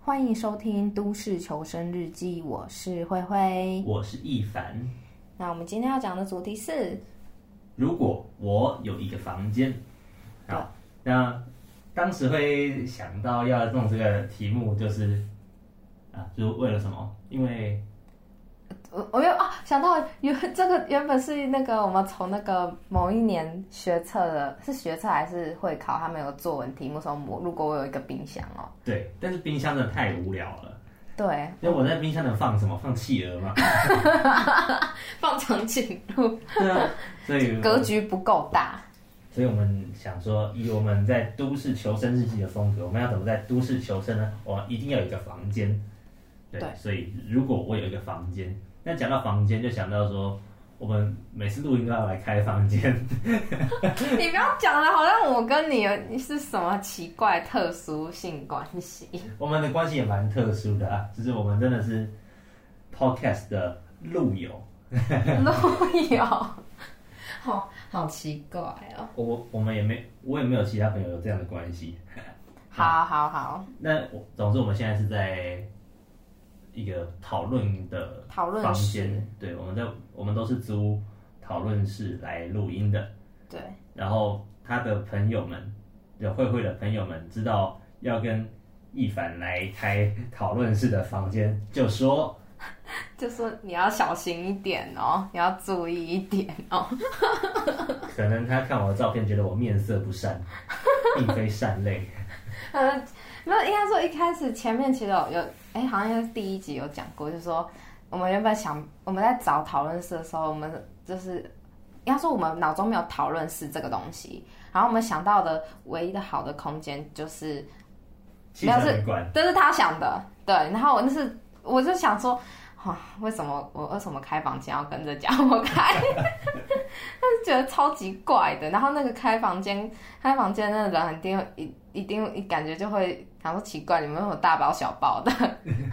欢迎收听《都市求生日记》，我是灰灰。我是一凡。那我们今天要讲的主题是，如果我有一个房间，好，那当时会想到要弄这个题目，就是啊，就是为了什么？因为我我又啊想到原这个原本是那个我们从那个某一年学测的，是学测还是会考，他们有作文题目说，我如果我有一个冰箱哦，对，但是冰箱真的太无聊了。对，因为我在冰箱能放什么？放企鹅嘛。放长颈鹿，对啊，所以格局不够大，所以我们想说，以我们在都市求生日记的风格，我们要怎么在都市求生呢？我一定要有一个房间。对，对所以如果我有一个房间，那讲到房间就想到说，我们每次录音都要来开房间。 你不要讲了，好像我跟你有你是什么奇怪特殊性关 系。 我们的关系也蛮特殊的啊，就是我们真的是 podcast 的路友。路友，好好奇怪哦。我我们也没我也没有其他朋友有这样的关系。好好好，那我总之我们现在是在一个讨论的讨论房室间，对，我们在我们都是租讨论室来录音的。对，然后他的朋友们，有慧慧的朋友们知道要跟一凡来开讨论室的房间，就说就说你要小心一点哦，你要注意一点哦。可能他看我的照片觉得我面色不善， 并非善类。呃，那应该说一开始前面其实有有，哎、好像是第一集有讲过，就是说我们原本想我们在找讨论室的时候，我们就是应该说我们脑中没有讨论室这个东西，然后我们想到的唯一的好的空间就是汽车旅馆，这是他想的，对。然后我那是，我就想说，哇，为什么我为什么开房间要跟着讲我开？ 但是觉得超级怪的。然后那个开房间，开房间那个人一定一一定一感觉就会想说奇怪，你们有没有大包小包的？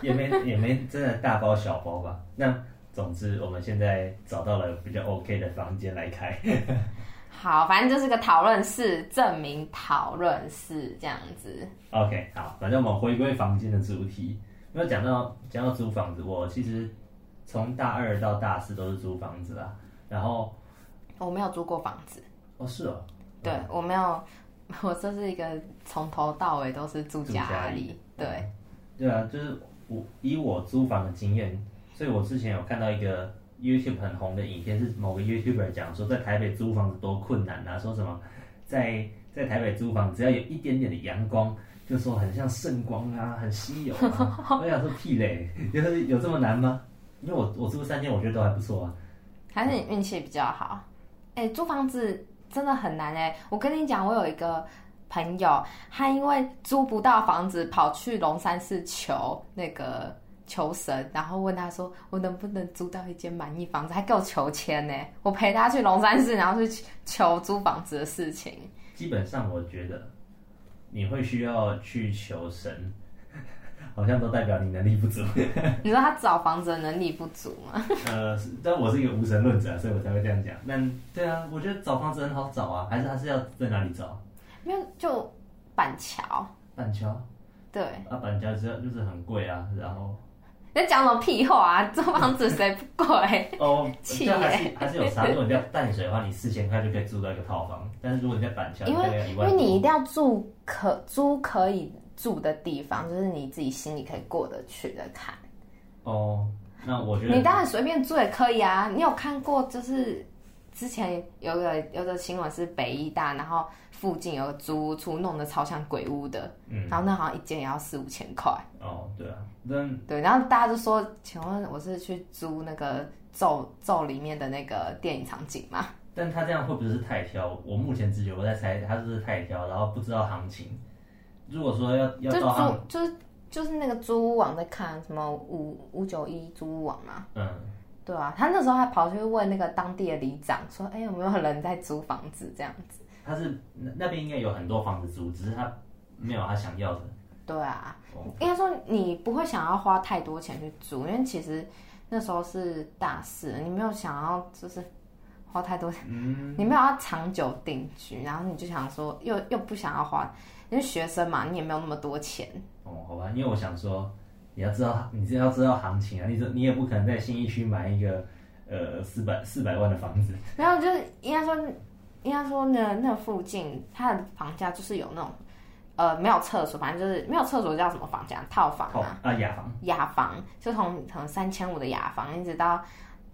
也没也没真的大包小包吧。那总之，我们现在找到了比较 OK 的房间来开。好，反正就是个讨论室，证明讨论室这样子。 OK，好，反正我们回归房间的主题。那讲到讲到租房子，我其实从大二到大四都是租房子啦。然后我没有租过房子，哦，是哦，对我没有， 我这是一个从头到尾都是住住家家里，对。对啊，就是我以我租房的经验，所以我之前有看到一个 YouTube 很红的影片，是某个 YouTuber 讲说在台北租房子多困难啊，说什么在在台北租房只要有一点点的阳光，就说很像圣光啊，很稀有啊。我 想说屁嘞，就是有这么难吗？因为我我租三间，我觉得都还不错啊。还是你运气比较好。哎、租房子真的很难哎、我跟你讲，我有一个朋友，他因为租不到房子，跑去龙山寺求那个求神，然后问他说：“我能不能租到一间满意房子？”还给我求签呢、我陪他去龙山寺，然后去求租房子的事 情。基本上我觉得你会需要去求神， 好像都代表你能力不足。你知道他找房子的能力不足吗？ 呃，是但我是一个无神论者，啊所以我才会这样讲。那对啊，我觉得找房子很好找啊，还是还是要在哪里找？没有，就板桥。板桥对，啊，板桥就是就是很贵啊，然后你在讲什么屁话啊？ 租房子谁不贵？ 哦，气这还耶是还是有差。如果你在淡水的话，你四千块就可以住到一个套房，但是如果你在板桥，因大概为一因万为多你一定要住可租可以住的地方，就是你自己心里可以过得去的坎。哦，那我觉你得当然随便住也可以啊。你有看过就是之前有个有个新闻是北医大，然后附近有个租屋处弄得超像鬼屋的，嗯然后那好像一间也要四五千块。哦对啊，但对，然后大家就说：“请问我是去租那个咒咒里面的那个电影场景吗？”但他这样会不会是太挑？我目前直觉我在猜他是不是太挑，然后不知道行情。如果说要就要照行，租就是就是那个租屋网在看什么五五九一租屋网嘛。啊嗯，对啊，他那时候还跑去问那个当地的里长说：“哎、有没有人在租房子？”这样子。他是那那边应该有很多房子租，只是他没有他想要的。对啊，哦应该说你不会想要花太多钱去租，因为其实那时候是大四，你没有想要就是花太多，嗯，你没有要长久定居，然后你就想说又又不想要花，因为学生嘛，你也没有那么多钱，哦，好吧，因为我想说，你要知道，你是要知道行情啊，你这你也不可能在信义区买一个呃四百四百万的房子，然后就是应该说，应该说呢，那附近它的房价就是有那种呃没有厕所，反正就是没有厕所叫什么房价，套房哦啊，啊雅房，雅房，就从可能三千五的雅房一直到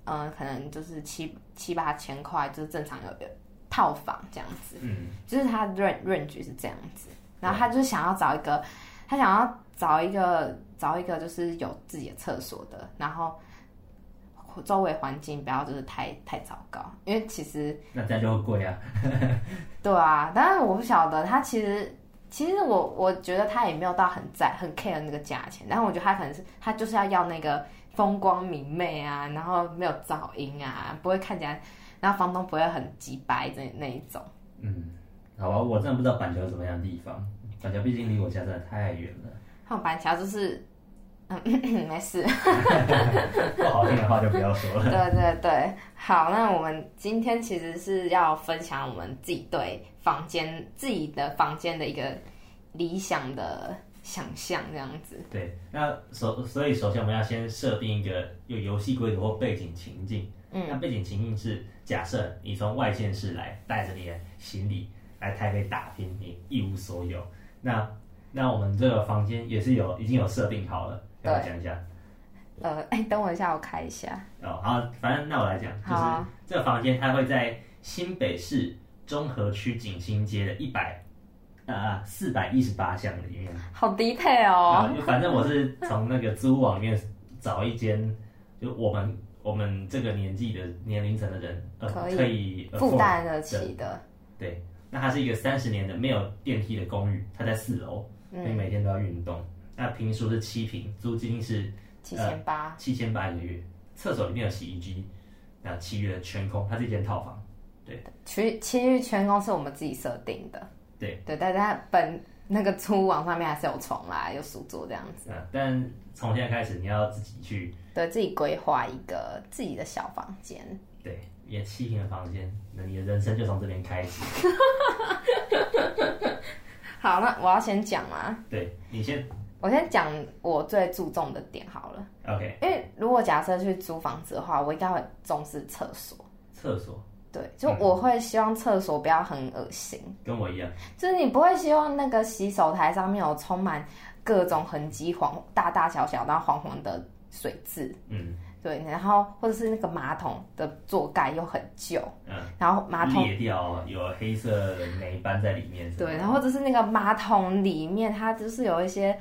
呃可能就是七七八千块，就是正常有的套房这样子。嗯，就是他润润局是这样子，然后他就是想要找一个，他想要找一个找一个就是有自己的厕所的，然后周围环境不要就是太太糟糕，因为其实那这样就会贵啊，对啊，当然我不晓得他其实其实我我觉得他也没有到很在很 care 那个价钱，但是我觉得他可能是他就是要要那个风光明媚啊，然后没有噪音啊，不会看起来，然后房东不会很急白的那一种。嗯，好吧，我真的不知道板桥有什么样的地方，板桥毕竟离我家真的太远了，他们板桥就是，嗯， 没事。不好听的话就不要说了。对对对，好，那我们今天其实是要分享我们自己对房间自己的房间的一个理想的想象，这样子。对，那首所以首先我们要先设定一个有游戏规则或背景情境。嗯，那背景情境是假设你从外县市来，带着你的行李来台北打拼，你一无所有。那那我们这个房间也是有已经有设定好了，要不要对讲一下。呃，哎，等我一下，我开一下。哦，好，反正那我来讲，就好啊是这个房间它会在新北市中和区景兴街的一百呃四百一十八巷里面。好 detail 哦。啊，反正我是从那个租屋网里面找一间，就我们我们这个年纪的年龄层的人，呃，可以可以负 afford 担得起的，对，那它是一个三十年的没有电梯的公寓，它在四楼，所以嗯，每天都要运动。那平数是七平，租金是七千八，七千八一个月，厕所里面有洗衣机，那七月的全空，它是一间套房。其其实全公是我们自己设定的，对对，但是它本那个租网上面还是有床啦，有书桌这样子，啊，但从现在开始你要自己去，对自己规划一个自己的小房间。对，也七平的房间，那你的人生就从这边开始。好，那我要先讲嘛，对你先我先讲我最注重的点好了， ，OK，因为如果假设去租房子的话，我应该会重视厕所。厕所对，就我会希望厕所不要很恶心，跟我一样。就是你不会希望那个洗手台上面有充满各种痕迹黄大大小小，然后黄黄的水渍。嗯对，然后或者是那个马桶的座盖又很旧，嗯，然后马桶裂掉有黑色霉斑在里面，对，然后或者是那个马桶里面它就是有一些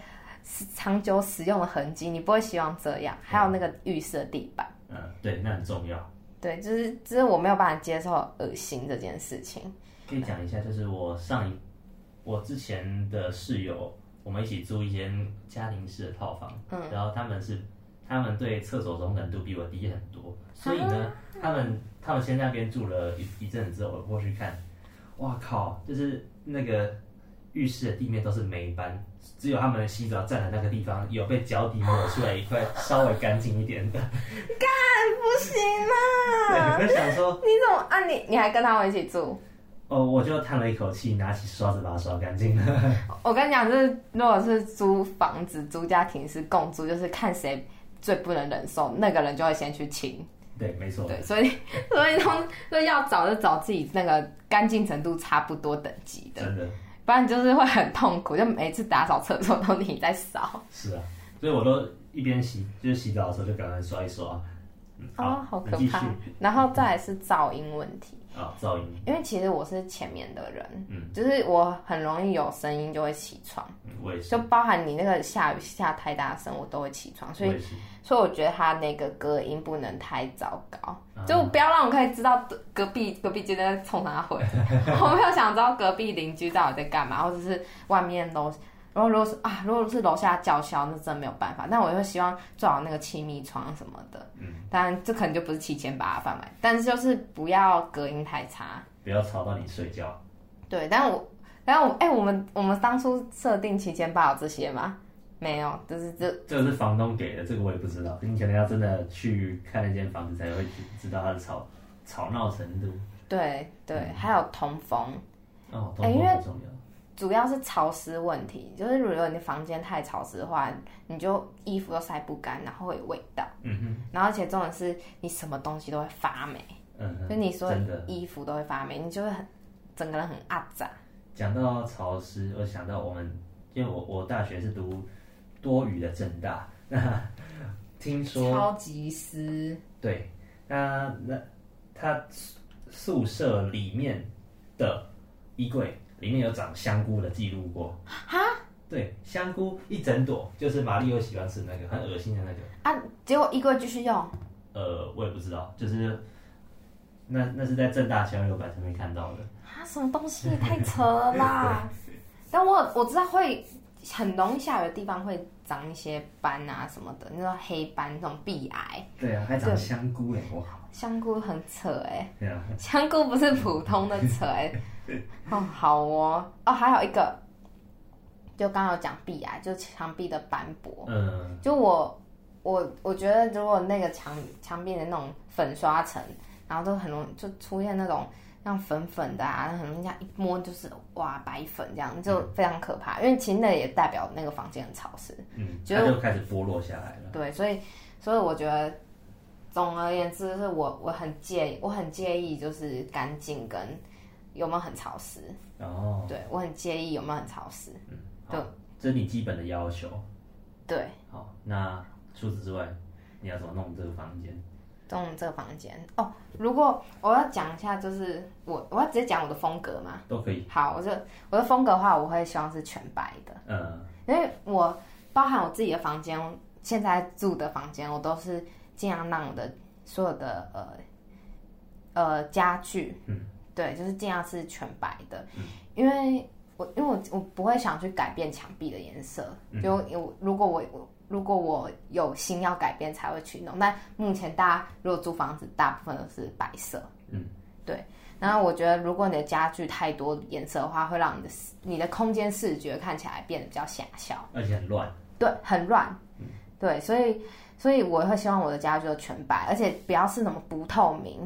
使长久使用的痕迹，你不会希望这样。还有那个浴室的地板，嗯，对，那很重要。对，就是就是我没有办法接受恶心这件事情。可以讲一下，就是我上一我之前的室友，我们一起租一间家庭式的套房，嗯，然后他们是他们对厕所容忍度比我低很多，所以呢，他们他们先在那边住了一一阵子之后，我过去看，哇靠，就是那个。浴室的地面都是霉斑，只有他们的洗澡站的那个地方有被脚底抹出来一块稍微干净一点的。不行对，啦！我就想说，你怎么啊？你你还跟他们一起住？哦，我就叹了一口气，拿起刷子把它刷干净了。我跟你讲，就是如果是租房子、租家庭是共租，就是看谁最不能忍受，那个人就会先去清。对，没错。对，所以 所以通所以要找就找自己那个干净程度差不多等级的，真的不然就是会很痛苦，就每次打扫厕所都你在扫。是啊，所以我都一边洗，就是洗澡的时候就赶快刷一刷。嗯，哦，好好可你继续怕。然后再来是噪音问题，啊，噪音。因为其实我是前面的人，嗯就是我很容易有声音就会起床，嗯我也是，就包含你那个下雨下太大声，我都会起床，我哦所以也是。所以我觉得他那个隔音不能太糟糕，啊哦就不要让我可以知道隔壁隔壁街在冲他回，我没有想知道隔壁邻居到底在干嘛，或者是外面楼，然后如果是啊，如果是楼下叫嚣，那真的没有办法。但我就希望做好那个气密窗什么的，嗯，当然这可能就不是七千八的范围，但是就是不要隔音太差。不要吵到你睡觉。对，但我，但我，哎、我们我们当初设定七千八有这些吗？没有，就是这这个是房东给的，这个我也不知道。你可能要真的去看那间房子才会知道它的吵吵闹程度。对对，还有通风，哦，哎通因风为很重要。主要是潮湿问题。就是如果你房间太潮湿的话，你就衣服都晒不干，然后会有味道。嗯然后而且重点是你什么东西都会发霉，哼，嗯哼，哎就你所真有的。衣服都会发霉，你就会很整个人很阿杂。讲到潮湿，我想到我们，因为我我大学是读多语的正大，那听说超级湿，对，那那他宿宿舍里面的衣柜里面有长香菇的记录过。哈？对，香菇一整朵，就是马里又喜欢吃那个很恶心的那个。啊！结果衣柜继续用，呃，我也不知道，就是那那是在正大校友版上面看到的。啊，什么东西也太扯了 啦！但我我知道会很容易下雨的地方会长一些斑啊什么的，那种黑斑、那种壁癌。对啊，还长香菇哎，哇！香菇很扯哎、对啊，香菇不是普通的扯哎、哦，好 哦，哦，还有一个，就刚刚有讲壁癌，就墙壁的斑驳。嗯，就我我我觉得，如果那个墙墙壁的那种粉刷层，然后都很容易就出现那种像粉粉的啊，很容易这样一摸就是哇白粉这样，就非常可怕。因为其实那也代表那个房间很潮湿，嗯，觉它得就开始剥落下来了。对，所以所以我觉得。总而言之，是我我很介意，我很介意就是干净跟有没有很潮湿，哦，对我很介意有没有很潮湿，嗯，好，这是你基本的要求。对。好，那除此之外，你要怎么弄这个房间？动这个房间哦。如果我要讲一下，就是我我要直接讲我的风格嘛。都可以。好，我就我的风格的话，我会希望是全白的，呃，因为我包含我自己的房间，现在住的房间，我都是尽量让我的所有的呃呃家具，嗯，对，就是尽量是全白的，因为我因为我我不会想去改变墙壁的颜色，嗯就我如果我我。如果我有心要改变才会去弄，但目前大家如果租房子，大部分都是白色。嗯，对。然后我觉得，如果你的家具太多颜色的话，会让你的视你的空间视觉看起来变得比较狭小。而且很乱。对，很乱，对，所以所以我会希望我的家具都全白，而且不要是什么不透明，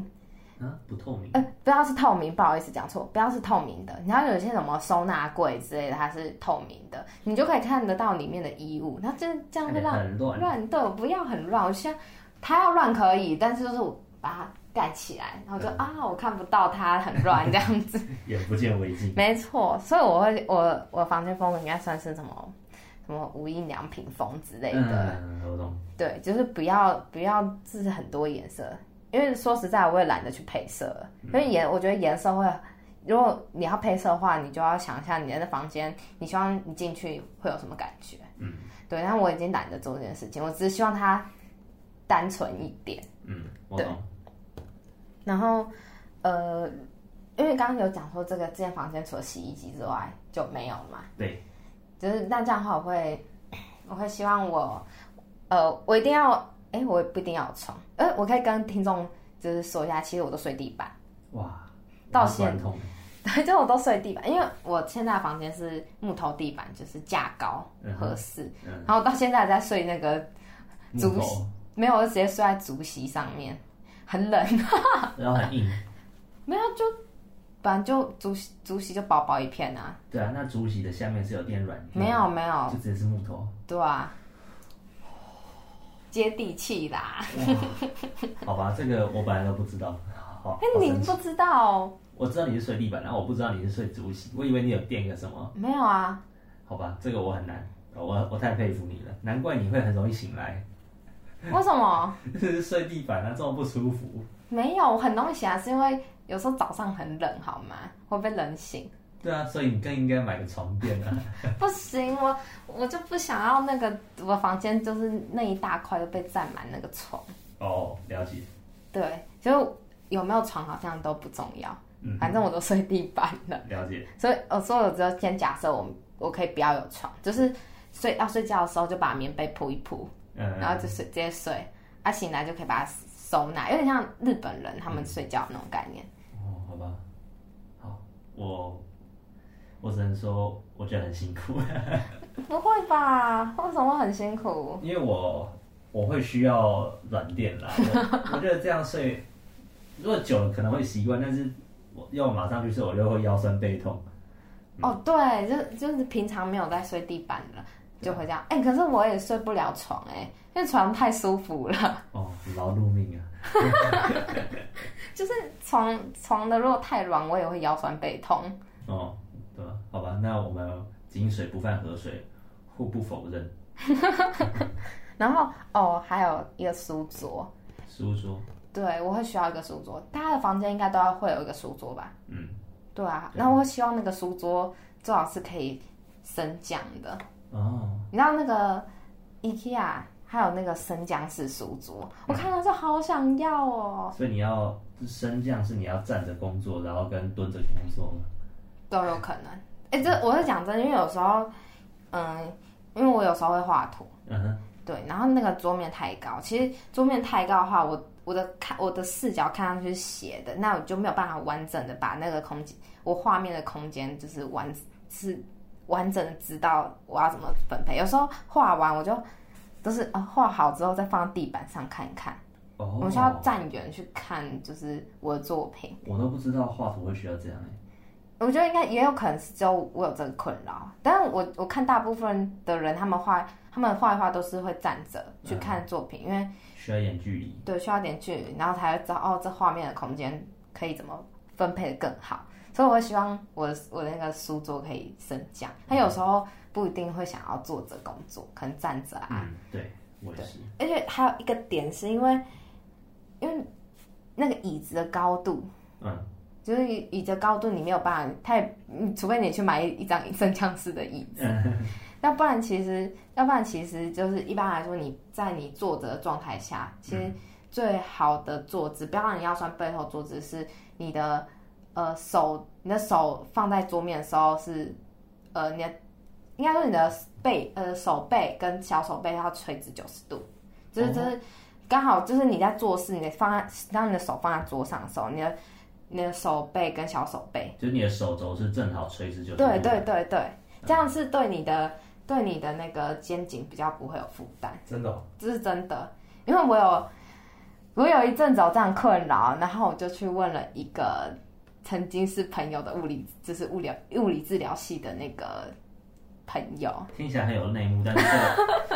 啊，不透明。呃，不要是透明，不好意思讲错，不要是透明的。你要有一些什么收纳柜之类的，它是透明的，你就可以看得到里面的衣物。那这这样会让看起来 很乱乱，对，我不要很乱。我希望它要乱可以，但是就是我把它盖起来，然后嗯就、啊，我看不到它很乱这 样子。眼不见为净。没错，所以我会我我房间风格应该算是什么什么无印良品风之类的，嗯，我懂。对，就是不要不要就是很多颜色，因为说实在我也懒得去配色了，因嗯为颜我觉得颜色会，如果你要配色的话，你就要想一下你的房间，你希望你进去会有什么感觉，嗯，对，但我已经懒得做这件事情，我只是希望它单纯一点。嗯，我懂。然后，呃，因为刚刚有讲说这个这间房间除了洗衣机之外就没有了嘛，对，就是那这样的话，我会我会希望我，呃，我一定要，哎、我不一定要有床，哎、我可以跟听众就是说一下，其实我都睡地板， 哇，到很现痛。对，就我都睡地板，因为我现在的房间是木头地板，就是架高嗯哼合适，嗯，然后到现在还在睡那个木竹头，没有，我就直接睡在竹席上面，很冷， 然后很硬。没有就。本来就竹席竹席就薄薄一片啊，对啊，那竹席的下面是有垫软垫，没有没有，就只是木头，对啊，接地气啦。好吧，这个我本来都不知道。好，哎、好你神奇不知道哦、我知道你是睡地板，然后我不知道你是睡竹席，我以为你有垫个什么。没有啊，好吧，这个我很难，我我太佩服你了，难怪你会很容易醒来，为什么？ 睡地板啊，这么不舒服。没有，我很容易醒来，是因为有时候早上很冷，好吗？会被冷 醒。对啊，所以你更应该买个床垫啊。 不行，我我就不想要那个，我房间就是那一大块都被占满那个床。哦，了解。对，就是有没有床好像都不重要，嗯，反正我都睡地板了。 了解。所以，呃，所以我只有先假设我我可以不要有床，就是睡要睡觉的时候就把棉被铺一铺，嗯，然后就睡直接睡，啊醒来就可以把它收纳，有点像日本人他们睡觉那种概念。哦，好吧，好，我我只能说我觉得很辛苦，嗯不会吧？为什么会很辛苦？因为我我会需要软垫啦。我我觉得这样睡如果久了可能会习惯，但是我要我马上去睡，我就会腰酸背痛。哦，对，就就是平常没有在睡地板了，就会这样。嗯哎、可是我也睡不了床哎、因为床太舒服了， 哦，劳碌命啊！就是床床的如果太软，我也会腰酸背痛。哦，对吧？好吧，那我们井水不犯河水，互不否认。然后哦，还有一个书桌，书桌，对我会需要一个书桌，大家的房间应该都要会有一个书桌吧？嗯，对啊，对然后我希望那个书桌最好是可以升降的。哦，你知道那个 IKEA 还有那个升降式书桌，我看到就好想要哦，所以你要升降是你要站着工作，然后跟蹲着工作吗？都有可能。哎、这我是讲真的，因为有时候，嗯，因为我有时候会画图，嗯哼，对，然后那个桌面太高，其实桌面太高的话，我我的看我的视角看上去是斜的，那我就没有办法完整的把那个空间，我画面的空间就是完是完整的知道我要怎么分配。有时候画完我就都是啊画好之后再放地板上看一看。哦，我们需要站远去看，就是我的作品。我都不知道画图会需要这样欸我觉得应该也有可能是只有我有这个困扰，但是我我看大部分的人他们画他们画一画都是会站着去看作品，因为需要一点距离。对需要点距离，然后才会知道哦这画面的空间可以怎么分配的更好。所以我会希望我的我的那个书桌可以升降，他有时候不一定会想要坐着工作，可能站着啊，嗯，对，我也是。而且还有一个点是因为因为那个椅子的高度嗯，就是椅子的高度你没有办法，它也，嗯除非你去买一一张升降式的椅子，嗯要不然其实，要不然其实就是一般来说，你在你坐着的状态下，其实最好的坐姿，不要让你腰酸背痛，坐姿是你的呃手，你的手放在桌面的时候是呃你的，应该说你的背呃手背跟小手背要垂直九十度，就是就是刚好就是你在做事，你的放在让你的手放在桌上的时候，你的你的手背跟小手背，就是你的手肘是正好垂直就对对对对，这样是对你的对你的那个肩颈比较不会有负担，真的哦、这是真的。因为我有我有一阵子有这样困扰，然后我就去问了一个曾经是朋友的物理，就是物理物理治疗系的那个朋友，听起来很有内幕，但是 这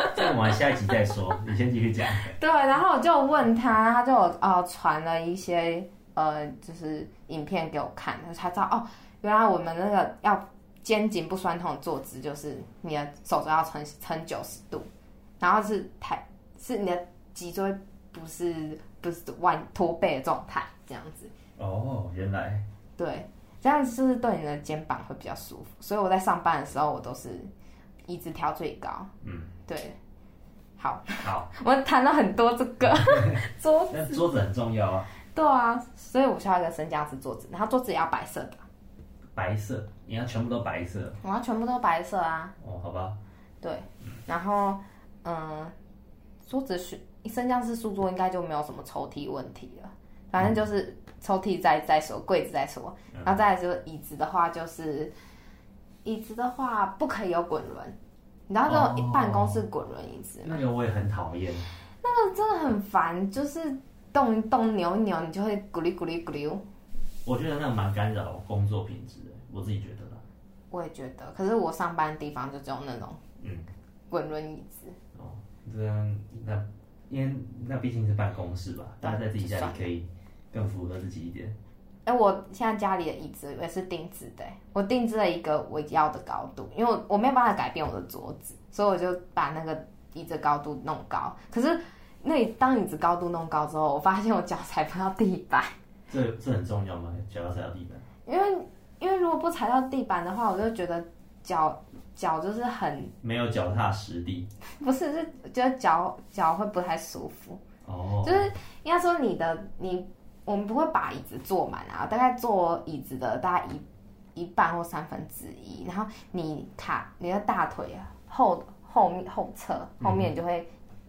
个这个我们下一集再说，你先继续讲。对，然后我就问他，他就有呃传了一些呃就是影片给我看，他才知道哦，原来我们那个要肩颈不酸痛的坐姿，就是你的手肘要撑撑九十度，然后是抬是你的脊椎不是不是弯驼背的状态这样子， 哦，原来对，这样是不是对你的肩膀会比较舒服？所以我在上班的时候，我都是椅子调最高，嗯，对，好，好，我谈了很多这个 桌那桌子很重要啊，对啊，所以我需要一个升降式桌子，然后桌子也要白色的，白色，你要全部都白色。我要全部都白色啊。哦，好吧，对，然后嗯，桌子是升降式书桌应该就没有什么抽屉问题了，反正就是抽屉再再说，柜子再说，然后再来就是椅子的话，就是椅子的话不可以有滚轮，你知道这种哦办公室滚轮椅子，那个我也很讨厌。那个真的很烦，就是动一动扭一扭，你就会咕噜咕噜咕噜。我觉得那个蛮干扰工作品质的，我自己觉得啦。我也觉得，可是我上班的地方就只有那种嗯，滚轮椅子，哦，这样那因为那毕竟是办公室吧，大家在自己家里可以更符合自己一点。哎、我现在家里的椅子也是定制的欸、我定制了一个我要的高度，因为我我没有办法改变我的桌子，所以我就把那个椅子高度弄高。可是那里当椅子高度弄高之后，我发现我脚踩不到地板，这这很重要吗？脚要踩到地板。因为因为如果不踩到地板的话，我就觉得脚脚就是很没有脚踏实地。不是是觉得脚脚会不太舒服，哦，就是应该说你的你我们不会把椅子坐满啊，大概坐椅子的大概一一半或三分之一，然后你卡你的大腿啊后后面后侧后嗯面就会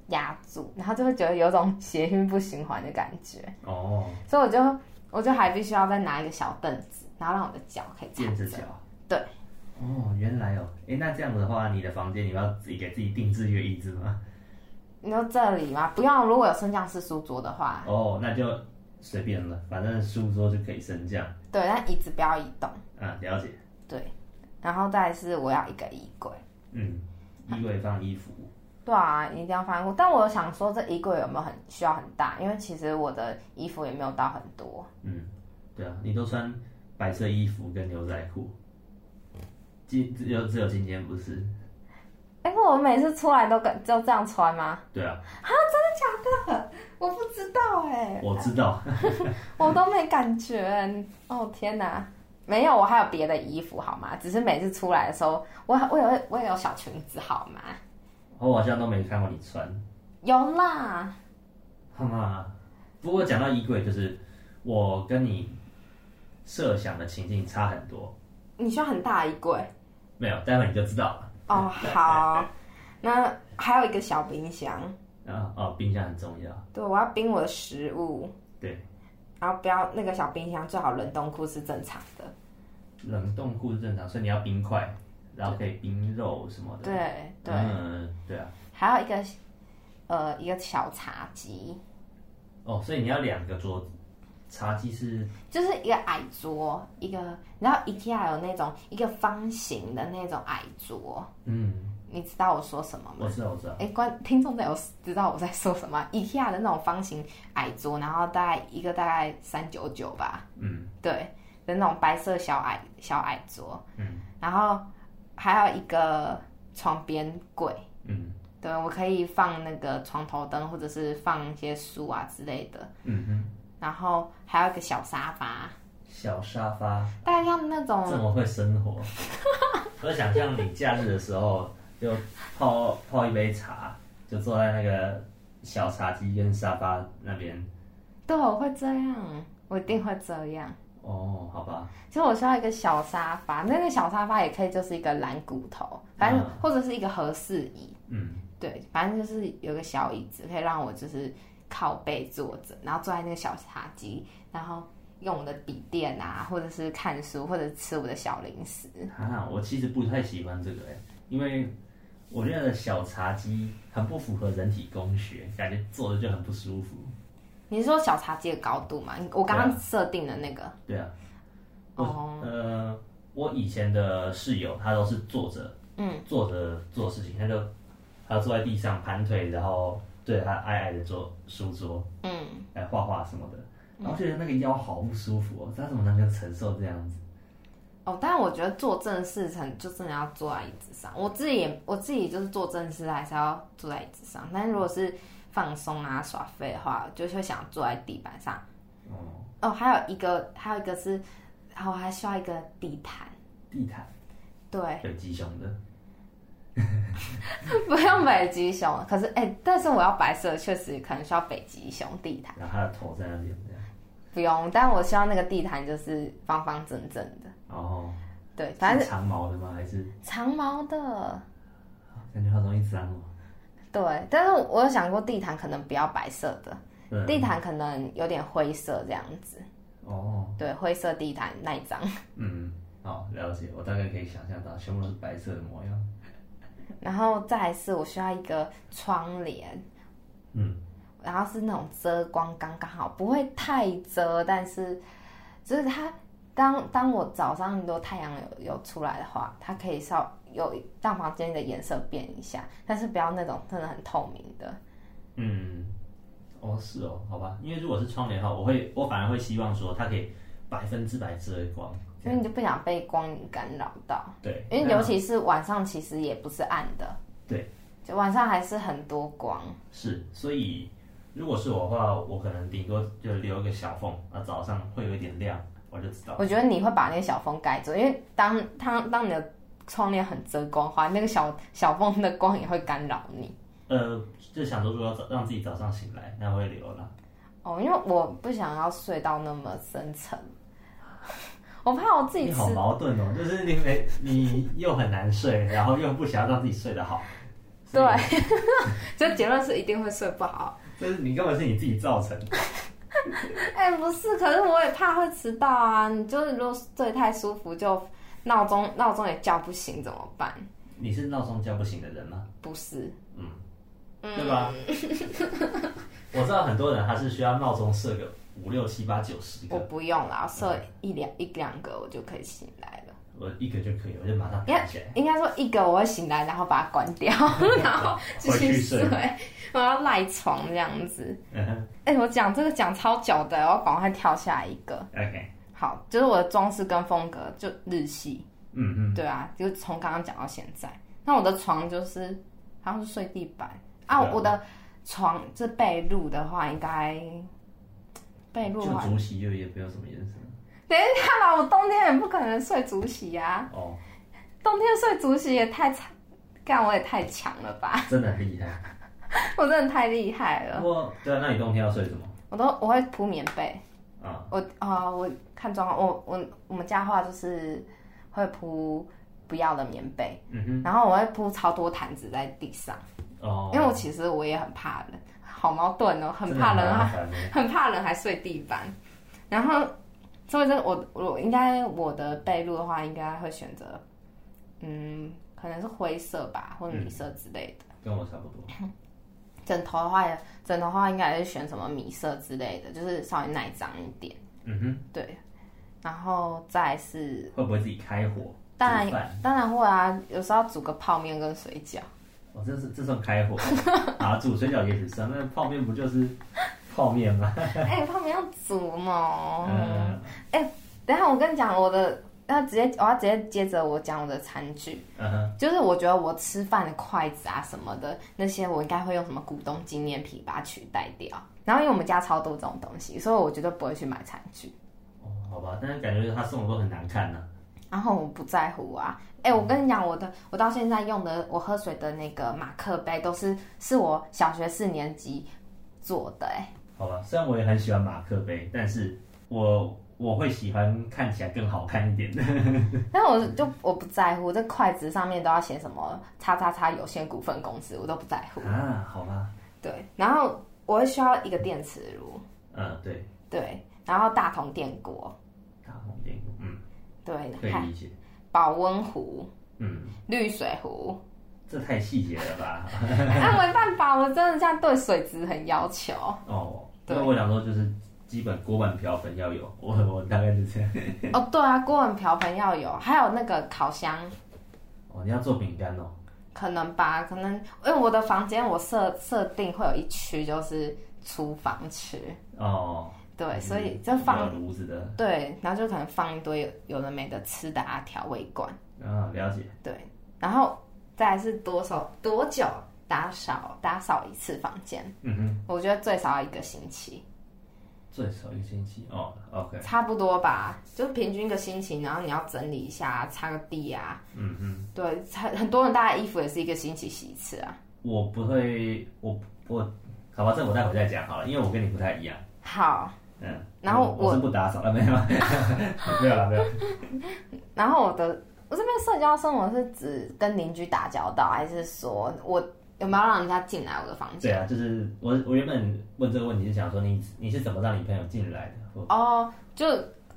压住，然后就会觉得有种血运不循环的感觉，哦，所以我就我就还必须要再拿一个小凳子，然后让我的脚可以垫站着着。脚。对。哦，原来哦，哎，那这样子的话，你的房间你要自己给自己定制一个椅子吗？你说这里吗？不用，如果有升降式书桌的话，哦，那就随便了，反正书桌就可以升降对，但椅子不要移动。啊，了解。对，然后再来是我要一个衣柜。嗯，衣柜放衣服，对啊，一定要翻过。但我想说，这衣柜有没有很需要很大？因为其实我的衣服也没有到很多。嗯，对啊，你都穿白色衣服跟牛仔裤，今只有只有今天不是，哎、我每次出来都跟就这样穿吗？对啊，我不知道哎、我知道， 我都没感觉。哦天哪，没有，我还有别的衣服好吗？只是每次出来的时候，我我有我也有小裙子好吗？哦我好像都没看过你穿，有啦，哈嘛。不过讲到衣柜，就是我跟你设想的情境差很多，你需要很大的衣柜没有，待会你就知道了。哦。 好，那还有一个小冰箱，啊哦，冰箱很重要，对我要冰我的食物。对，然后不要那个小冰箱，最好冷冻库是正常的。冷冻库是正常，所以你要冰块，然后可以冰肉什么的。对对，嗯，对啊。还有一个呃一个小茶几，哦，所以你要两个桌子，茶几是就是一个矮桌，一个你知道 IKEA 有那种一个方形的那种矮桌，嗯，你知道我说什么吗？我知道我知道，哎，观听众在有知道我在说什么吗？IKEA 的那种方形矮桌，然后大概一个大概三九九吧，嗯，对的那种白色小矮小矮桌，嗯，然后还有一个床边柜，嗯对我可以放那个床头灯，或者是放一些书啊之类的，嗯哼，然后还有一个小沙发，小沙发大概像那这种么会生活， 我想象你假日的时候就泡泡一杯茶，就坐在那个小茶几跟沙发那边。对我会这样，我一定会这样。哦，好吧，其实我需要一个小沙发，那个小沙发也可以就是一个蓝骨头，反正、或者是一个合适椅，嗯，对，反正就是有个小椅子，可以让我就是靠背坐着，然后坐在那个小茶几，然后用我的笔电啊，或者是看书，或者吃我的小零食。啊，我其实不太喜欢这个哎，因为我觉得小茶几很不符合人体工学，感觉坐着就很不舒服。你是说小茶几的高度吗？你我刚对啊刚设定的那个，对啊，我、哦，呃，我以前的室友他都是坐着。嗯，坐着做事情，他就他坐在地上盘腿，然后对他矮矮的坐书桌，嗯，来画画什么的。然后觉得那个腰好不舒服哦，他怎么能够承受这样子？哦，但我觉得做正事很就真的要坐在椅子上。我自己也我自己就是做正事还是要坐在椅子上，但如果是放松啊耍废的话，就是会想坐在地板上。哦，哦，还有一个还有一个是，然后还需要一个地毯。地毯对， 对鸡胸的，不用北极熊，可是哎、但是我要白色，确实可能需要北极熊地毯，然后他的头在那边这样。不用，但我希望那个地毯就是方方正正的，哦，对，反正是长毛的吗？还是长毛的，感觉好容易脏哦？对，但是我有想过地毯可能不要白色的，嗯，地毯可能有点灰色这样子，哦，对，灰色地毯那一张，嗯，好了解，我大概可以想象到全部都是白色的模样。然后再来是我需要一个窗帘，嗯，然后是那种遮光刚刚好，不会太遮，但是就是它当当我早上如果太阳有有出来的话，它可以稍有让房间的颜色变一下，但是不要那种真的很透明的。嗯，哦，是哦，好吧，因为如果是窗帘的话，我会我反而会希望说它可以百分之百遮光。因为你就不想被光影干扰到，对，因为那尤其是晚上，其实也不是暗的，对，就晚上还是很多光。是，所以如果是我的话，我可能顶多就留一个小缝，啊，早上会有一点亮，我就知道。我觉得你会把那个小缝盖住，因为当当当你的窗帘很遮光的话，那个小小缝的光也会干扰你。呃，就想说如果要早让自己早上醒来，那我会留了。哦，因为我不想要睡到那么深层，我怕我自己你吃好矛盾哦，就是你没你又很难睡，然后又不想要让自己睡得好。所以，对。 这结论是一定会睡不好。这是你根本是你自己造成的。哎、不是，可是我也怕会迟到啊。你就是如果睡太舒服，就闹钟闹钟也叫不醒怎么办？你是闹钟叫不醒的人吗？不是，嗯对吧？我知道很多人他是需要闹钟设个五六七八九十我个，嗯不用啦，设一两一两个我就可以醒来了。我一个就可以，我就马上应弹该起来。应该说一个我会醒来，然后把它关 掉，然后继回续去睡睡，我要赖床这样子。嗯哼哎、我讲这个讲超久的，我要赶快跳下一个。 ，OK，好，就是我的装饰跟风格就日系，嗯嗯，对啊，就从刚刚讲到现在。那我的床就是好像是睡地板啊，对啊我的床这被褥的话应该被褥的就话，竹席就也不用什么颜色等 一下啦，我冬天也不可能睡竹席啊，哦，冬天睡竹席也太惨，干我也太强了吧， 真的很厉害。我真的太厉害了，不过对啊，那你冬天要睡什么我都我会铺棉被，啊？我啊、我看状况，我我我们家的话就是会铺不要的棉被。嗯哼，然后我会铺超多毯子在地上，哦，因为我其实我也很怕冷，好矛盾哦，很真的怕冷，麻还烦 耶很怕冷还睡地板。然后，所以这个我我应该我的被褥的话，应该会选择，嗯，可能是灰色吧，或者嗯米色之类的。跟我差不多。枕头的话也，枕头的话应该也是选什么米色之类的，就是稍微耐脏一点。嗯哼，对，然后再是，会不会自己开火？当煮饭，然当然会啊，有时候要煮个泡面跟水饺。哦，这是这算开火 啊？煮水饺也只算，那泡面不就是泡面吗？哎、泡面要煮嘛。嗯等一下，我跟你讲我的，那直接我要直接接着我讲我的餐具，嗯哼，就是我觉得我吃饭的筷子啊什么的那些，我应该会用什么股东纪念品把它取代掉。然后因为我们家超多这种东西，所以我绝对不会去买餐具。哦，好吧，但是感觉他送的都很难看呢。然后我不在乎啊。哎、我跟你讲，我的我到现在用的我喝水的那个马克杯都是是我小学四年级做的、哎，好吧，虽然我也很喜欢马克杯，但是我我会喜欢看起来更好看一 点的。但是我就我不在乎，这筷子上面都要写什么“叉叉叉有限股份公司”，我都不在乎。啊，好吧，对，然后我会需要一个电磁炉，嗯，对，对，然后大同电锅，大红电锅，嗯，对，可以还理解，保温壶、嗯，滤水壶。 这太细节了吧？那、没办法，我真的这样对水质很要求。哦，对那我想说就是基本锅碗瓢盆要有，我我大概就这样。哦，对啊，锅碗瓢盆要有，还有那个烤箱，哦，你要做饼干哦，可能吧，可能因为我的房间我设设定会有一区就是厨房区，哦，对，嗯所以就放。没有炉子的对，然后就可能放一堆有有的没的吃的啊，调味罐。啊，了解，对，然后再来是多少多久打扫打扫一次房间？嗯哼，我觉得最少要一个星期，最少一个星期哦，OK，差不多吧，就平均一个星期。然后你要整理一下，擦个地啊，嗯哼，对，很很多人大概衣服也是一个星期洗一次啊。我不会，我我，好吧，这我待会再讲好了，因为我跟你不太一样，好，嗯，然后我我是不打扫了，没 有，没有了，没有，然后我的我这边社交生活是指跟邻居打交道，还是说我有没有让人家进来我的房对间？啊，就是我我原本问这个问题是想说你你是怎么让你朋友进来的，我哦，就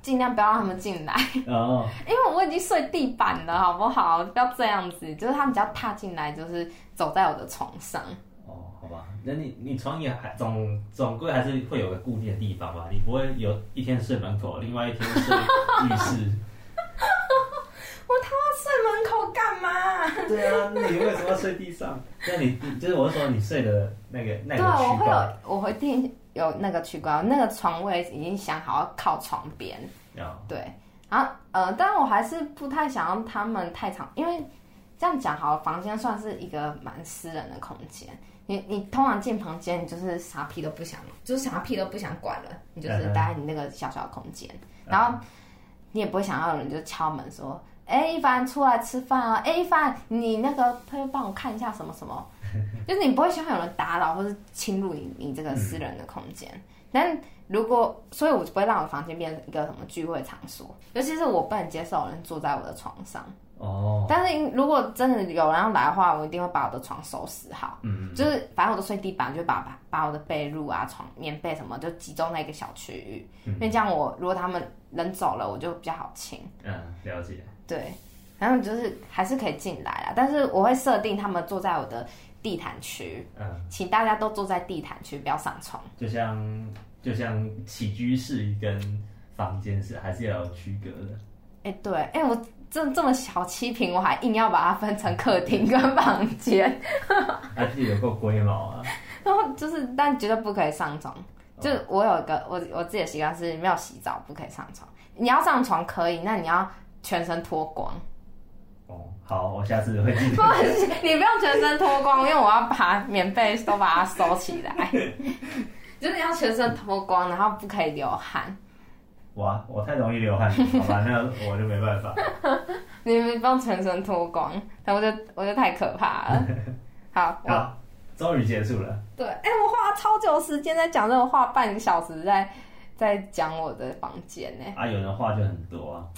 尽量不要让他们进来。 哦，因为我已经睡地板了，好不好？不要这样子，就是他们只要踏进来，就是走在我的床上。哦，好吧，那你你床也还总总归还是会有个固定的地方吧，你不会有一天睡门口，另外一天睡 浴室。我他妈睡门口干嘛？对啊，那你为什么要睡地上？那你你就是我是说你睡的那个那对，啊个我区会段有，我会定有那个区块，那个床位已经想好要靠床边。啊，对，然后呃，但我还是不太想让他们太长，因为这样讲好了，房间算是一个蛮私人的空间。你你通常进房间，你就是啥屁都不想，就是啥屁都不想管了，你就是嗯哼嗯待在你那个小小的空间，然后你也不会想要有人就敲门说。哎、一凡出来吃饭啊！哎、一凡，你那个可以帮我看一下什么什么， 就是你不会想要有人打扰或是侵入你你这个嗯私人的空间。但如果，所以我就不会让我的房间变成一个什么聚会场所，尤其是我不能接受有人坐在我的床上。哦，但是如果真的有人要来的话，我一定会把我的床收拾好。嗯，就是反正我都睡地板，就把把把我的被褥啊、床棉被什么就集中在一个小区域，因为这样我如果他们人走了，我就比较好清。嗯，了解，对，然后就是还是可以进来啦，但是我会设定他们坐在我的地毯区，嗯，请大家都坐在地毯区，不要上床。就像就就像起居室跟房间是还是要有区隔 的。哎、对，哎、我这这么小七平，我还硬要把它分成客厅跟房间，而且啊有够龟毛啊！ 然后就是，但绝对不可以上床。就是我有一个我我自己的习惯是没有洗澡不可以上床，你要上床可以，那你要全身脱光，哦，好，我下次会记 不得。是你不用全身脱光，因为我要把棉被都把它收起来， 就是你要全身脱光，然后不可以流汗。哇，我太容易 流汗了，好吧，那我就没办法。你们帮全身脱光，然后我就我就太可怕了。好，我好，终于结束了。对，哎、我花超久时间在讲这个，花半个小时在在讲我的房间呢、啊，有人话就很多啊。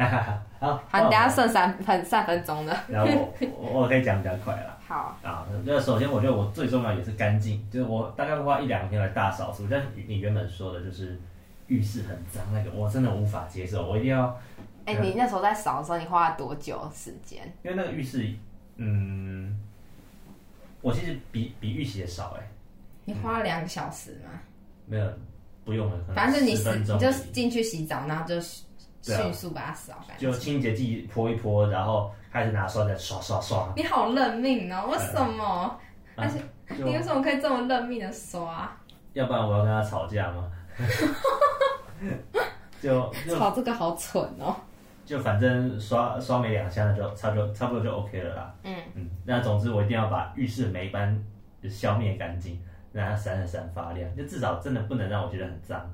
哈哈哈，好，好，你等一哦下剩三分三分钟了。然后我我我可以讲比较快啦。好，啊，那首先我觉得我最重要也是干净，就是我大概会花一两天来大扫除。但你原本说的就是浴室很脏那个，我真的无法接受，我一定要，哎、嗯你那时候在扫的时候，你花了多久时间？因为那个浴室，嗯，我其实比比预期的少哎、你花了两个小时吗？没有不用了，可能反正就你10洗，嗯分钟你就而已进去洗澡，然后就对啊迅速把它扫干净。就清洁剂泼一泼，然后开始拿刷子刷刷刷，你好认命哦，为什么？而且嗯 就你为什么可以这么认命的刷？要不然我要跟他吵架吗？ 就就操，这个好蠢哦。就反正刷刷没两下就差不多差不多就 OK 了啦。嗯嗯，那总之我一定要把浴室每一斑消灭干净，让它闪闪发亮，就至少真的不能让我觉得很脏。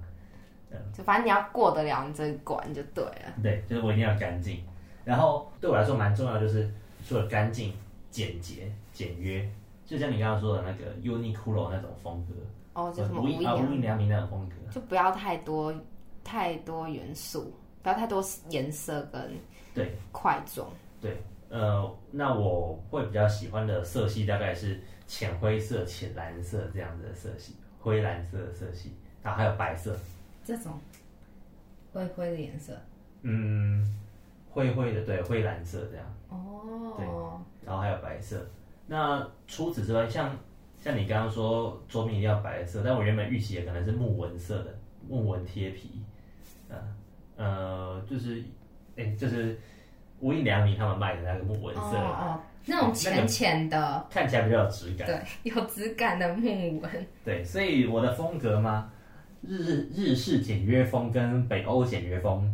就反正你要过得了你这一关就对了。对，就是我一定要干净。然后对我来说蛮重要的就是除了干净、简洁、简约，就像你刚刚说的那个 Uniqlo 那种风格，哦，就什么无无印印啊良无印良品那种风格。就不要太多太多元素，不要太多颜色跟对块状。呃，那我会比较喜欢的色系大概是浅灰色、浅蓝色这样子的色系，灰蓝色的色系，然后还有白色，这种灰灰的颜色嗯，灰灰的，对，灰蓝色这样，哦，然后还有白色。那除此之外，像像你刚刚说桌面一定要白色，但我原本预期的可能是木纹色的，木纹贴皮，呃呃，就是，哎、就是无印良品他们卖的那个木纹色哦，啦，那种浅浅的，看起来比较有质感。对，有质感的木纹。对，所以我的风格嘛，日日式简约风跟北欧简约风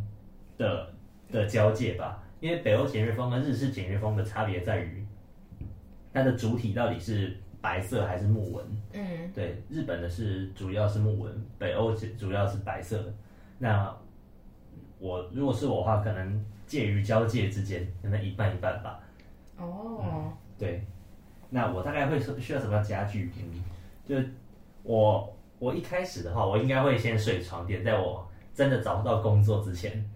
的的交界吧，因为北欧简约风跟日式简约风的差别在于，它的主体到底是白色还是木纹。嗯，对，日本的是主要是木纹，北欧主要是白色的。那我如果是我的话，可能介于交界之间，可能一半一半吧。哦，对，那我大概会是需要什么家具？嗯，就我我一开始的话，我应该会先睡床垫，在我真的找不到工作之前，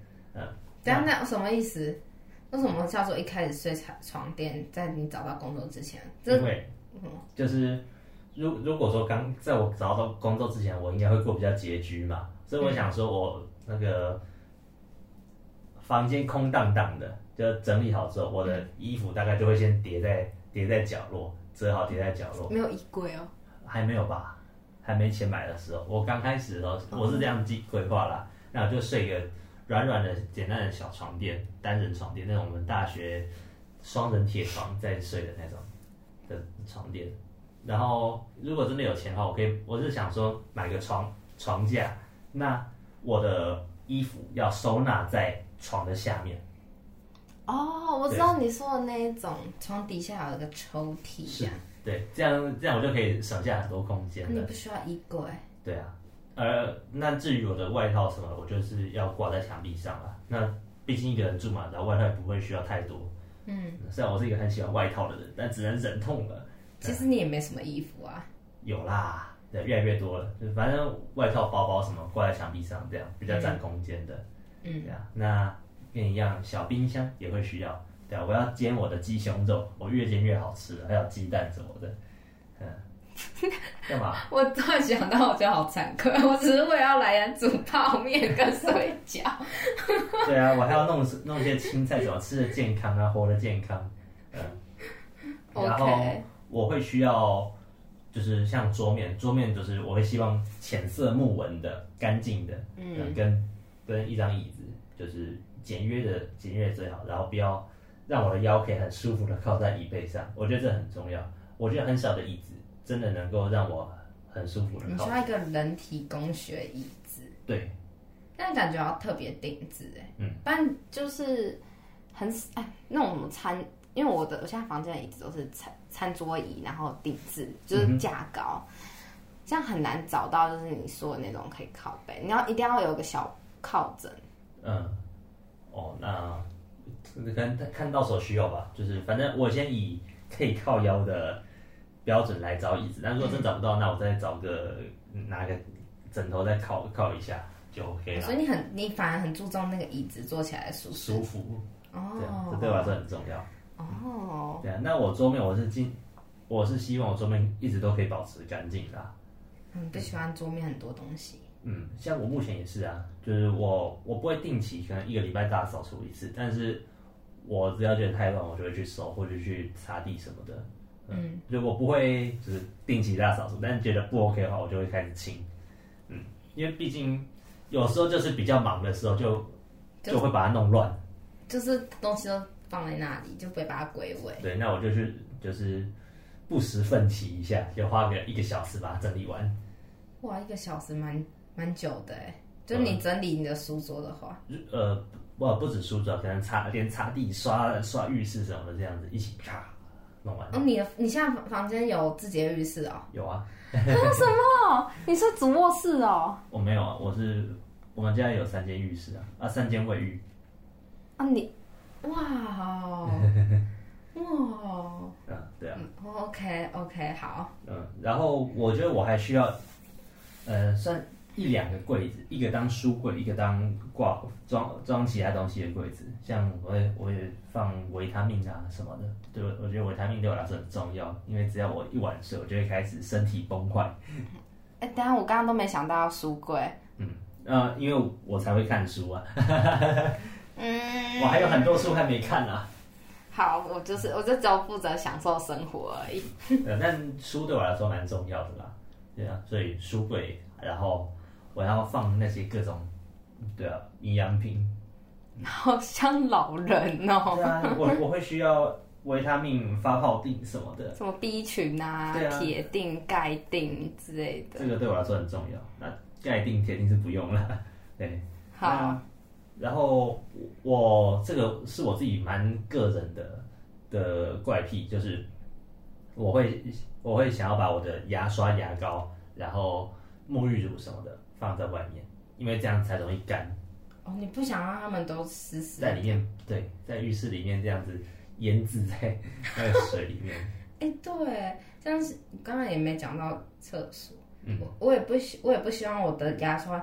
这样那什么意思？为什么叫做一开始睡床床垫，在你找到工作之前？因这为就是如如果说刚在我找到工作之前，我应该会过比较拮据嘛，所以我想说我那个房间空荡荡的，就整理好之后，我的衣服大概就会先叠在叠在角落，折好叠在角落。没有衣柜哦，还没有吧，还没钱买的时候，我刚开始的时候我是这样计规划啦，那我就睡一个软软的、简单的小床垫，单人床垫，那种我们大学双人铁床在睡的那种的床垫。然后如果真的有钱的话，我可以，我是想说买个床床架，那我的衣服要收纳在床的下面。哦，我知道你说的那一种，床底下有一个抽屉这样，对，这样这样我就可以省下很多空间了。你不需要衣柜。对啊，呃，那至于我的外套什么的，我就是要挂在墙壁上了。那毕竟一个人住嘛，然后外套也不会需要太多。嗯，虽然我是一个很喜欢外套的人，但只能忍痛了。其实你也没什么衣服啊。有啦，对，越来越多了。就反正外套、包包什么挂在墙壁上，这样比较占空间的。嗯，对啊，那跟你一样，小冰箱也会需要。对啊，我要煎我的鸡胸肉，我越煎越好吃，还有鸡蛋什么的。 嗯，干嘛？我突然想到，我觉得好惭愧， 我只是为了要来煮泡面跟水饺。 对啊，我还要弄弄一些青菜，怎么吃的健康 啊，活得健康。嗯，然后 OK，我会需要，就是像桌面，桌面就是我会希望浅色木纹的、干净的，嗯，跟跟一张椅子，就是简约的、简约最好，然后不要让我的腰可以很舒服的靠在椅背上，我觉得这很重要。我觉得很小的椅子真的能够让我很舒服的你靠需。要一个人体工学椅子，对，但感觉要特别定制哎、嗯，不然就是很哎那种什么餐，因为我的我现在房间的椅子都是餐餐桌椅，然后定制嗯就是架高，这样很难找到就是你说的那种可以靠背，你要一定要有个小靠枕，嗯，哦，那可能看到所需要吧，就是反正我先以可以靠腰的标准来找椅子，但如果真找不到，那我再找个拿个枕头再靠靠一下就 OK 了，所以你很你反而很注重那个椅子坐起来的舒适舒服，对啊，这哦对我来说很重要。哦，对啊，那我桌面我是尽，我是希望我桌面一直都可以保持干净的啊、嗯，不喜欢桌面很多东西，嗯，像我目前也是啊，就是我我不会定期，可能一个礼拜大扫除一次，但是我只要觉得太乱，我就会去收或者去擦地什么的。嗯，如果不会就是定期大扫除，但是觉得不 OK 的话，我就会开始清。嗯，因为毕竟有时候就是比较忙的时候就，就会把它弄乱。就是东西都放在那里，就不会把它归位。对，那我就去就是不时奋起一下，就花个一个小时把它整理完。哇，一个小时蛮蛮久的哎，就是你整理你的书桌的话，呃，不不止梳啊妆，可能擦连擦地、刷刷浴室什么的，这样子一起咔弄完。哦，你的你现在房房间有自己的浴室哦？有啊，什么？哦你是主卧室哦？我没有啊，我是我们家有三间浴室啊，啊三间卫浴，啊，你哇哦哇哦嗯，对啊， ，OK OK，好，嗯，然后我觉得我还需要，呃，算一两个柜子，一个当书柜，一个当挂装装其他东西的柜子，像我也我也放维他命啊什么的，对我我觉得维他命对我来说很重要，因为只要我一晚睡，我就会开始身体崩坏。哎、等一下我刚刚都没想到书柜，嗯，呃，因为我才会看书啊，嗯我还有很多书还没看啊。 好，我就是我就只有负责享受生活而已。呃但书对我来说蛮重要的啦，对啊，所以书柜，然后我要放那些各种，对啊，营养品。好像老人哦、对啊，我我会需要维他命、发泡锭什么的，什么 B 群啊对、啊铁、锭、钙锭之类的。这个对我来说很重要。那钙锭、铁锭是不用了，对。好，那然后我这个是我自己蛮个人的的怪癖，就是我会我会想要把我的牙刷、牙膏，然后沐浴乳什么的放在外面，因为这样才容易干。哦，你不想让他们都啊湿湿的？在里面，对，在浴室里面这样子腌制在那个水里面。 哎、对，但是刚刚也没讲到厕所，我我也不希我也不希望我的牙刷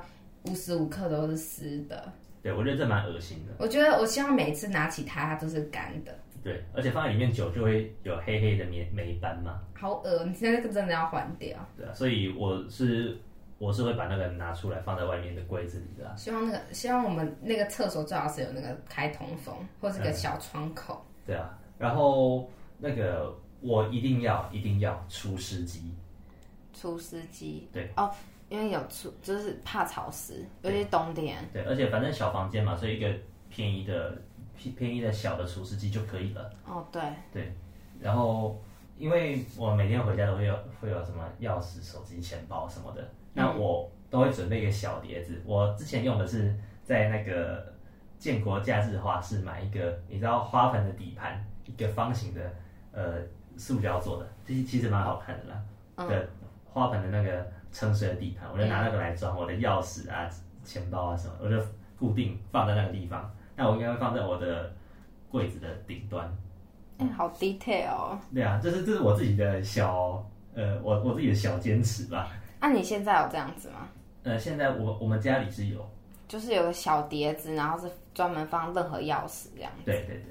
无时无刻都是湿的。对，我觉得这蛮恶心的。我觉得我希望每次拿起它，它都是干的。对，而且放在里面久就会有黑黑的霉霉斑嘛。好恶，你现在这个真的要还掉。对啊，所以我是我是会把那个拿出来放在外面的柜子里的啊、希望那个，希望我们那个厕所最好是有那个开通风或是个小窗口。对啊，然后那个我一定要一定要除湿机，除湿机。对哦，因为有除，就是怕潮湿，尤其是冬天。对，而且反正小房间嘛，所以一个便宜的便便宜的小的除湿机就可以了。哦，对，对，然后因为我每天回家都会有会有什么钥匙、手机、钱包什么的，那我都会准备一个小碟子。我之前用的是在那个建国假日花市买一个，你知道花盆的底盘，一个方形的呃塑胶做的，其实其实蛮好看的啦。嗯的花盆的那个盛水的底盘，我就拿那个来装我的钥匙啊、钱包啊什么，我就固定放在那个地方。那我应该会放在我的柜子的顶端。哎、好 detail 哦。对啊，这是这是我自己的小呃，我我自己的小坚持吧。那、啊你现在有这样子吗？呃，现在我我们家里是有，就是有个小碟子，然后是专门放任何钥匙这样。对对对，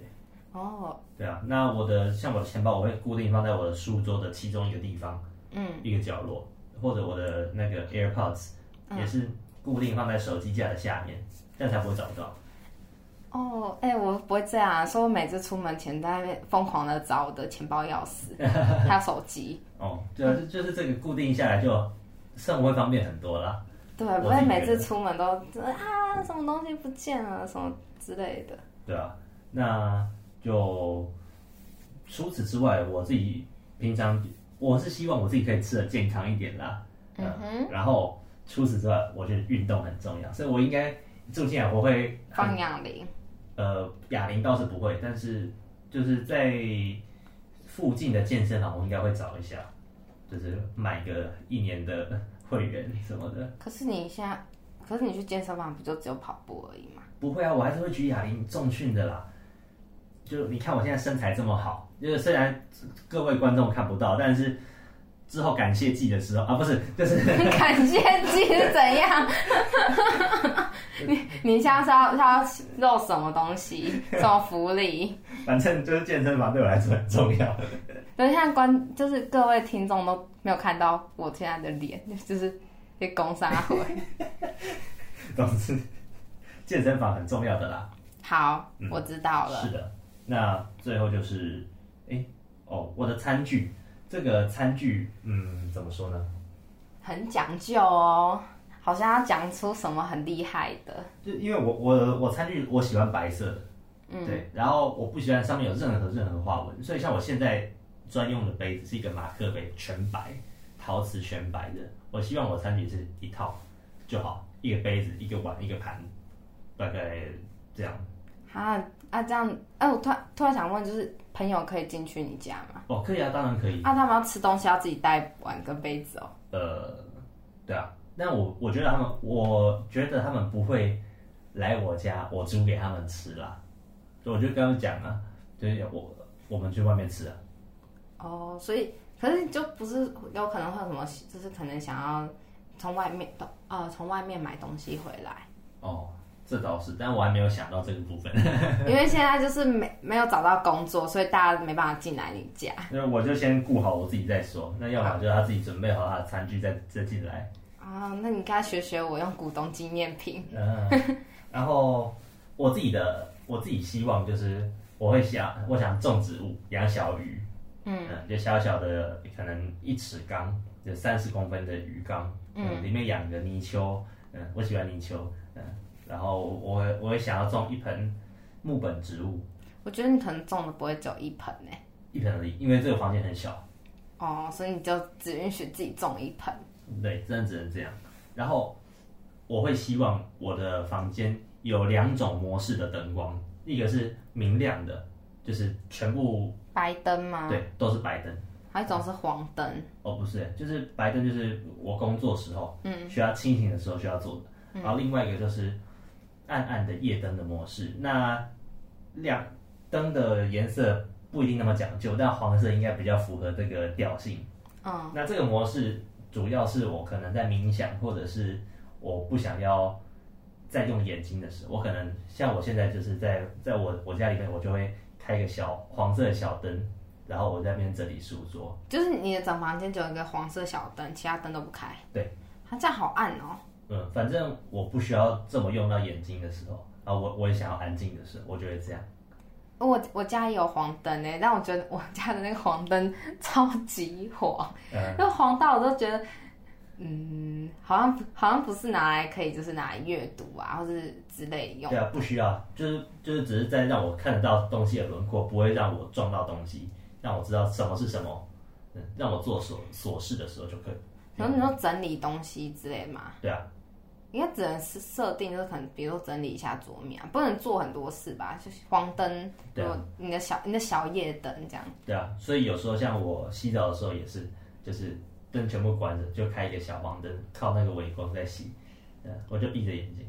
哦，对啊。那我的像我的钱包，我会固定放在我的书桌的其中一个地方，嗯，一个角落，或者我的那个嗯 AirPods 也是固定放在手机架的下面，这样才不会找不到。哦，哎、我不会这样，所以我每次出门前都在那边疯狂的找我的钱包钥匙，还有手机。哦，对啊，就就是这个固定下来就生活会方便很多啦。对，我不会自己每觉次出门都啊什么东西不见了什么之类的。对啊，那就除此之外，我自己平常我是希望我自己可以吃的健康一点啦。嗯哼。然后除此之外，我觉得运动很重要，所以我应该住进来我会放养铃，呃哑铃倒是不会，但是就是在附近的健身房，我应该会找一下，就是买个一年的会员什么的。可是你现在，可是你去健身房不就只有跑步而已吗？ 不会啊，我还是会举哑铃重训的啦。就你看我现在身材这么好，就是虽然各位观众看不到，但是之后感谢季的时候啊，不是，就是感谢祭是怎样？ 你你现在是要是要肉什么东西？什么福利？反正就是健身房对我来说很重要。就是像观，就是各位听众都没有看到我现在的脸，就是被攻杀回。总之，健身房很重要的啦。好，我知道了。是的，那最后就是，哎，哦，我的餐具，这个餐具，嗯，怎么说呢？很讲究哦，好像要讲出什么很厉害的。就因为我我我餐具我喜欢白色的，对，然后我不喜欢上面有任何任何花纹，所以像我现在专用的杯子是一个马克杯，全白，陶瓷全白的。我希望我餐具是一套就好，一个杯子，一个碗，一个盘，大概这样。啊啊，这样，哎、我突然突然想问，就是朋友可以进去你家吗？哦，可以啊，当然可以。啊，他们要吃东西要自己带碗跟杯子哦。呃，对啊，但我我觉得他们，我觉得他们不会来我家，我煮给他们吃啦。所以我就跟他们讲啊，就是我我们去外面吃啊。哦，所以可是就不是有可能会有什么，就是可能想要从外面东呃从外面买东西回来，哦，这倒是，但我还没有想到这个部分。因为现在就是没没有找到工作，所以大家没办法进来你家。那我就先顾好我自己再说。那要么就是他自己准备好他的餐具再再进来。啊，那你该学学我用古董纪念品。嗯，然后我自己的我自己希望就是我会想我想种植物，养小鱼。嗯就小小的可能一尺缸，就三十公分的鱼缸，嗯，里面养个泥鳅，嗯，我喜欢泥鳅，嗯，然后我会我会想要种一盆木本植物，我觉得你可能种的不会只有一盆呢、一盆而已，因为这个房间很小。哦，所以你就只允许自己种一盆。对，真的只能这样。然后我会希望我的房间有两种模式的灯光，一个是明亮的，就是全部白灯吗？对都是白灯。还有一种是黄灯。哦，不是，就是白灯，就是我工作时候，嗯，需要清醒的时候需要做的。然后另外一个就是暗暗的夜灯的模式。那亮灯的颜色不一定那么讲究，但黄色应该比较符合这个调性。嗯，那这个模式主要是我可能在冥想，或者是我不想要再用眼睛的时候，我可能像我现在就是在在我我家里面，我就会开一个小黄色的小灯，然后我在那边整理书桌。就是你的整房间只有一个黄色小灯，其他灯都不开。对，它、这样好暗哦。嗯，反正我不需要这么用到眼睛的时候啊，我我也想要安静的时候，我就会这样。我我家也有黄灯诶、但我觉得我家的那个黄灯超级黄，嗯，那、黄到我都觉得，嗯，好像好像不是拿来可以就是拿来阅读啊，或是之类用。对啊，不需要，就是就是只是在让我看得到东西的轮廓，不会让我撞到东西，让我知道什么是什么，嗯，让我做琐琐事的时候就可以。然后你说整理东西之类嘛，嗯对啊。应该只能是设定，就是可能比如说整理一下桌面啊，不能做很多事吧，就是黄灯，对啊如果你的小你的小夜灯这样。对啊，所以有时候像我洗澡的时候也是，就是灯全部关着，就开一个小黄灯，靠那个微光在洗，嗯，我就闭着眼睛。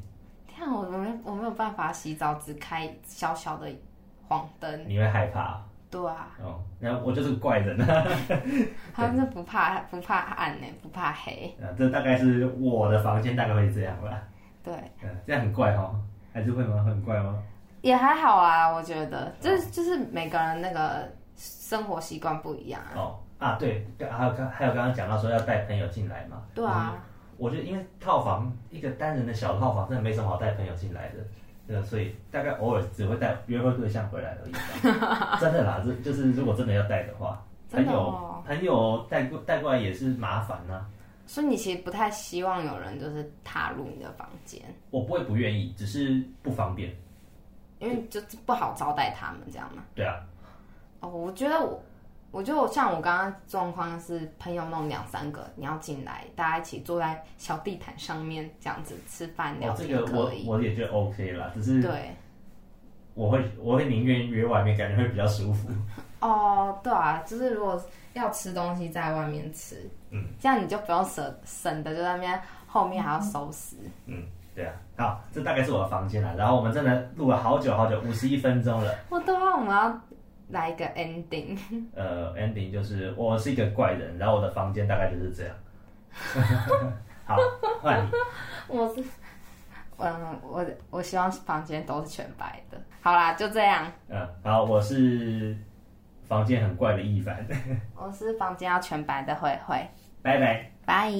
天啊，我没我没有办法洗澡，只开小小的黄灯。你会害怕对嗯 啊，哦？那我就是个怪人啊！他是不怕不怕暗呢、不怕黑。嗯这大概是我的房间大概会这样吧。对，嗯，这样很怪哦，还是会吗？很怪吗？也还好啊，我觉得，就是就是每个人那个生活习惯不一样。哦啊，对，还有刚还有刚刚讲到说要带朋友进来嘛。对啊，我觉得因为套房一个单人的小套房，真的没什么好带朋友进来的。对啊，所以大概偶尔只会带约会对象回来而 已吧。真的啦，这就是如果真的要带的话，朋真的友、哦朋友带过带过来也是麻烦啊呐、所以你其实不太希望有人就是踏入你的房间，我不会不愿意，只是不方便。因为就是不好招待他们这样嘛。对啊，哦，我觉得我，我觉得我像我刚刚状况是朋友弄两三个，你要进来，大家一起坐在小地毯上面这样子吃饭聊哦，这天个我可以。我也觉得 OK 啦，只是对，我会我会宁愿约外面，感觉会比较舒服。哦，对啊，就是如果要吃东西在外面吃，嗯，这样你就不用省省的就在那边后面还要收拾。嗯，对啊，好，这大概是我的房间啦。然后我们真的录了好久好久，五十一分钟了。我的话，我们要来一个 ending，呃，ending 就是我是一个怪人，然后我的房间大概就是这样。 好，换你。 我是，嗯，我我希望房间都是全白的。好啦，就这样。嗯，好，我是房间很怪的一凡，我是房间要全白的慧慧，拜拜。拜。